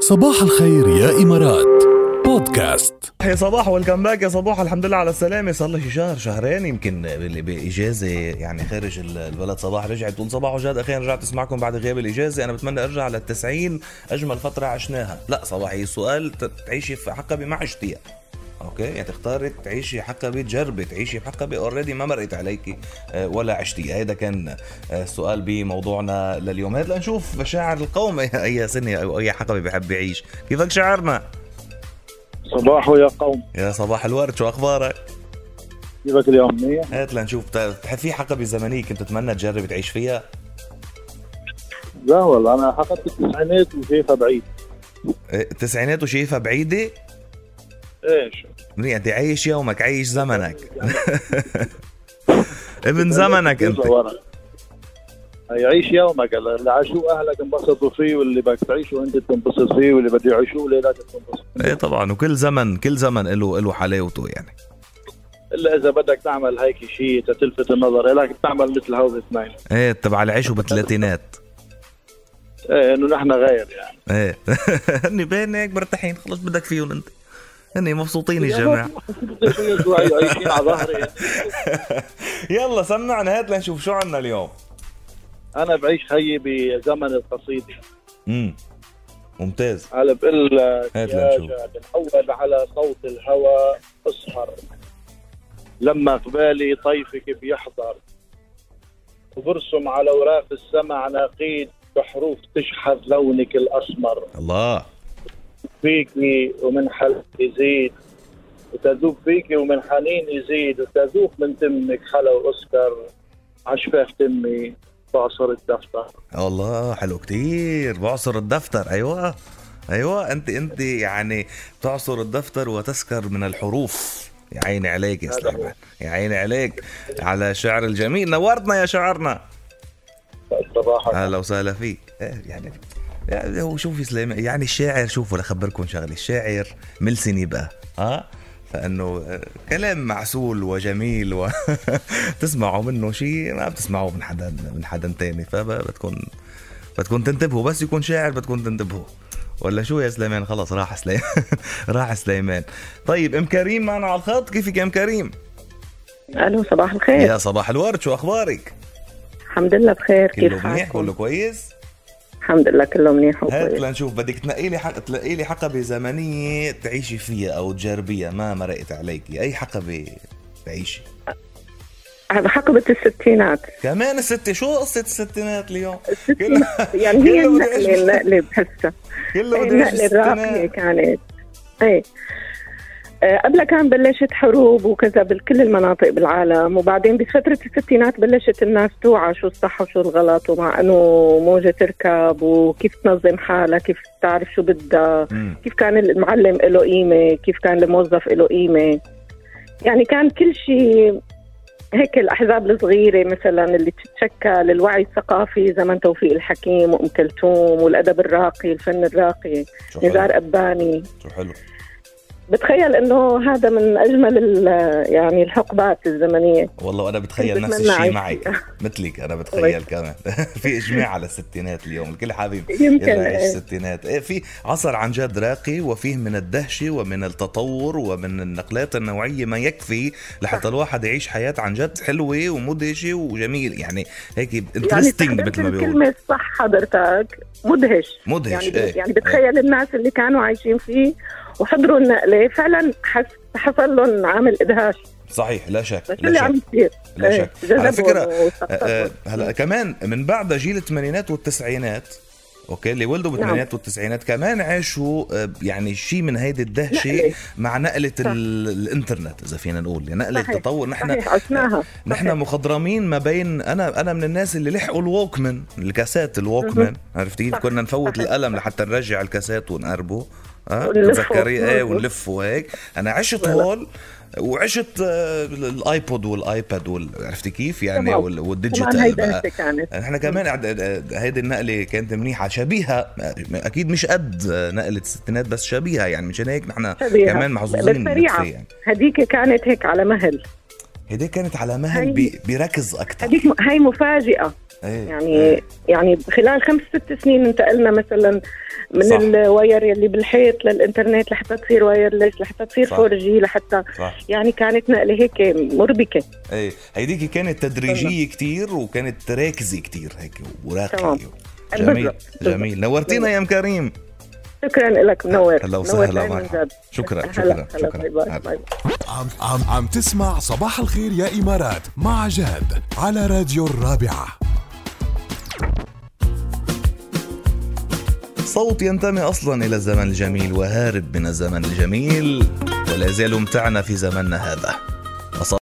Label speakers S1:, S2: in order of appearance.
S1: صباح الخير يا إمارات بودكاست
S2: يا صباح ويلكم باك يا صباح الحمد لله على السلامة صار لي شي شهر شهرين يمكن بال- بإجازة يعني خارج ال- البلد صباح رجعت تقول صباح وجاد أخيرا رجعت أسمعكم بعد غياب الإجازة أنا بتمنى أرجع للتسعين أجمل فترة عشناها لا صباحي سؤال ت- تعيشي في حقبة ما عشتيها اوكي يعني تختاري تعيشي حقبة جربي تعيشي بحقبة اوريدي ما مرقت عليك آه، ولا عشتي هيدا كان آه، السؤال بموضوعنا لليوم هاد لنشوف شاعر القوم اي سنة او اي حقبة بحب يعيش كيفك شعرنا
S3: صباحو يا قوم
S2: يا صباح الورد شو اخبارك
S3: كيفك اليوم منيح؟
S2: هات لنشوف تا- في حقبه زمنيه كنت تتمنى تجرب تعيش فيها
S3: لا والله انا حققت التسعينات وشايفها بعيد
S2: إيه، التسعينات وشايفها بعيده
S3: ايش؟
S2: منيح انت عايش يومك عايش زمنك ابن زمنك انت
S3: ورا. هي عيش يومك هلا، اللي عاشوه اهلك انبسطوا فيه واللي بدك تعيشه انت تنبسط فيه واللي بده يعيشوه ليلاتك تنبسط
S2: ايه طبعا وكل زمن كل زمن له له حلاوته يعني
S3: الا اذا بدك تعمل هيك شيء تلفت النظر لك تعمل مثل هول الاثنين
S2: ايه تبع العيش بالثلاثينات
S3: ايه انه نحن غير يعني
S2: ايه هني بينك مرتاحين خلص بدك فيهم انت هني مبسوطين يا جماعه
S3: شو بدك شو عايشين على ظهري
S2: يلا سمعنا هات لنشوف شو عنا اليوم
S3: انا بعيش خيي بزمن القصيده
S2: امم ممتاز
S3: انا بقول لك
S2: هات
S3: يا
S2: لنشوف.
S3: جاد الأول على صوت الهوى اسهر لما قبالي طيفك بيحضر وبرسم على اوراق السما عناقيد بحروف تشحذ لونك الاسمر
S2: الله
S3: فيكي ومن حلقي يزيد وتذوب فيكي ومن حنين يزيد وتذوب من تمك خلا واسكر عشفاف تمي بعصر الدفتر
S2: الله حلو كتير بعصر الدفتر ايوه ايوه انت انت يعني تعصر الدفتر وتسكر من الحروف يا عيني عليك يا
S3: هذا هو.
S2: سليمان يا عيني عليك على شعر الجميل نورتنا يا شعرنا
S3: صباحا
S2: اهلا وسهلا فيك إيه يعني يعني هو شوف يا سليمان يعني الشاعر شوفوا لخبركم شغله الشاعر ملسن يبقى ها فانه آه، كلام معسول وجميل و تسمعوا منه شيء ما بتسمعوه من حدا من حدا تاني فبتكون بتكون تنتبهوا بس يكون شاعر بتكون تنتبهوا ولا شو يا سليمان خلص راح سليمان راح سليمان طيب ام كريم معنا على الخط كيفك يا ام كريم
S4: الو صباح الخير
S2: يا صباح الورد شو اخبارك
S4: الحمد لله بخير
S2: كله
S4: كيف
S2: منيح
S4: حالكم
S2: كله كويس
S4: الحمد لله كله منيح
S2: هات
S4: وكويس
S2: لنشوف بدك تنقي لي حق تلاقي لي حقبه زمنيه تعيشي فيها او تجربيها ما مرقت عليكي اي حقبه تعيشي
S4: حقبة الستينات
S2: كمان الست شو قصه الستينات اليوم
S4: الستينات
S2: كله
S4: يعني هي
S2: كله بدي
S4: النقلة
S2: أعيش-
S4: النقلة بحسها
S2: كله بده يعيش
S4: النقلة الراقية
S2: الستينات
S4: كانت ايه آه، قبلها كان بلشت حروب وكذا بكل المناطق بالعالم وبعدين بفترة الستينات بلشت الناس توعى شو الصح وشو الغلط ومع انه موجة تركب وكيف تنظم حالها كيف تعرف شو بدها
S2: مم.
S4: كيف كان المعلم له قيمة كيف كان الموظف له قيمة يعني كان كل شيء هيك الأحزاب الصغيرة مثلا اللي تتشكل الوعي الثقافي زمن توفيق الحكيم وأم كلثوم والأدب الراقي الفن الراقي
S2: شو
S4: نزار
S2: حلو
S4: قباني
S2: شو حلو
S4: بتخيل انه هذا من اجمل ال- يعني الحقبات الزمنيه
S2: والله انا بتخيل
S4: كنت
S2: نفس
S4: بتمنى
S2: الشيء
S4: أعيش
S2: معك
S4: فيها. طيب.
S2: مثلك انا بتخيل كمان في اجماع على الستينات اليوم الكل حبيب
S4: يمكن
S2: يلا عيش
S4: إيه.
S2: الستينات إيه في عصر عن جد راقي وفيه من الدهشة ومن التطور ومن النقلات النوعية ما يكفي لحتى الواحد يعيش حياة عن جد حلوة ومدهشة وجميل يعني هيك
S4: يعني
S2: انترستنج
S4: استخدمت
S2: مثل ما بيقولوا
S4: الكلمه الصح حضرتك مدهش
S2: مدهش،
S4: يعني,
S2: إيه.
S4: يعني بتخيل الناس اللي كانوا عايشين فيه وحضروا النقله فعلا حس حصل لهم عامل ادهاش
S2: صحيح لا شك
S4: بس شو
S2: لا
S4: اللي
S2: شك.
S4: عم يصير
S2: لا
S4: إيه،
S2: شك. على
S4: جذبهم
S2: فكرة،
S4: واستقطبهم.
S2: آه، هلا كمان من بعد جيل الثمانينات والتسعينات اوكي اللي
S4: نعم.
S2: ولدوا بالثمانينات والتسعينات كمان عاشوا آه، يعني شيء من هيدي الدهشه
S4: نقلة.
S2: مع نقله
S4: صح.
S2: ال- الانترنت اذا فينا نقول يعني نقله
S4: صحيح.
S2: التطور نحن
S4: صحيح عشناها
S2: نحن مخضرمين ما بين انا انا من الناس اللي لحقوا الووكمان الكاسات الووكمان عرفتي كيف
S4: صح،
S2: كنا نفوت
S4: صحيح.
S2: القلم لحتى نرجع الكاسات ونقربه اه
S4: ونلفه.
S2: تذكري ايه
S4: مزبوط.
S2: ونلف وهيك انا عشت
S4: ولا.
S2: هول وعشت آه، الايبود والايباد وال- عرفتي كيف يعني
S4: تمام.
S2: وال-
S4: كمان
S2: والديجيتال
S4: هيدا
S2: بقى
S4: هسه كانت
S2: نحن كمان عد- عد- هيدي النقله كانت منيحه شبيهه اكيد مش قد نقله الستينات بس شبيهه يعني مشان هيك نحن
S4: شبيهة.
S2: كمان محظوظين
S4: بس
S2: إنك
S4: سريعة.
S2: فيه يعني
S4: هديك كانت هيك على مهل
S2: هيدي كانت على مهل
S4: هي-
S2: ب- بركز اكثر
S4: هديك م- هاي مفاجئه
S2: ايه
S4: يعني يعني خلال خمس ست سنين انتقلنا مثلا من
S2: صح.
S4: صح. الواير يلي بالحيط للانترنت لحتى تصير وايرلس لحتى تصير
S2: صح.
S4: 4 جي لحتى
S2: صح
S4: يعني كانت نقله هيك مربكه
S2: ايه هيديكي كانت تدريجيه كتير وكانت راكزه كتير هيك
S4: تمام.
S2: وراقيه جميل
S4: بالضبط.
S2: جميل نورتينا يا ام كريم
S4: شكرا لك منور
S2: هلا
S4: نورتنا
S2: وسهلا
S4: من
S2: مرحبا
S4: جد.
S2: شكرا
S4: هلا
S2: شكرا
S4: هلا باي باي.
S2: هلا.
S4: باي باي.
S1: عم, عم, عم تسمع صباح الخير يا إمارات مع جاد على راديو الرابعة
S2: صوت ينتمي اصلا الى الزمن الجميل وهارب من الزمن الجميل ولا زال متعنا في زمننا هذا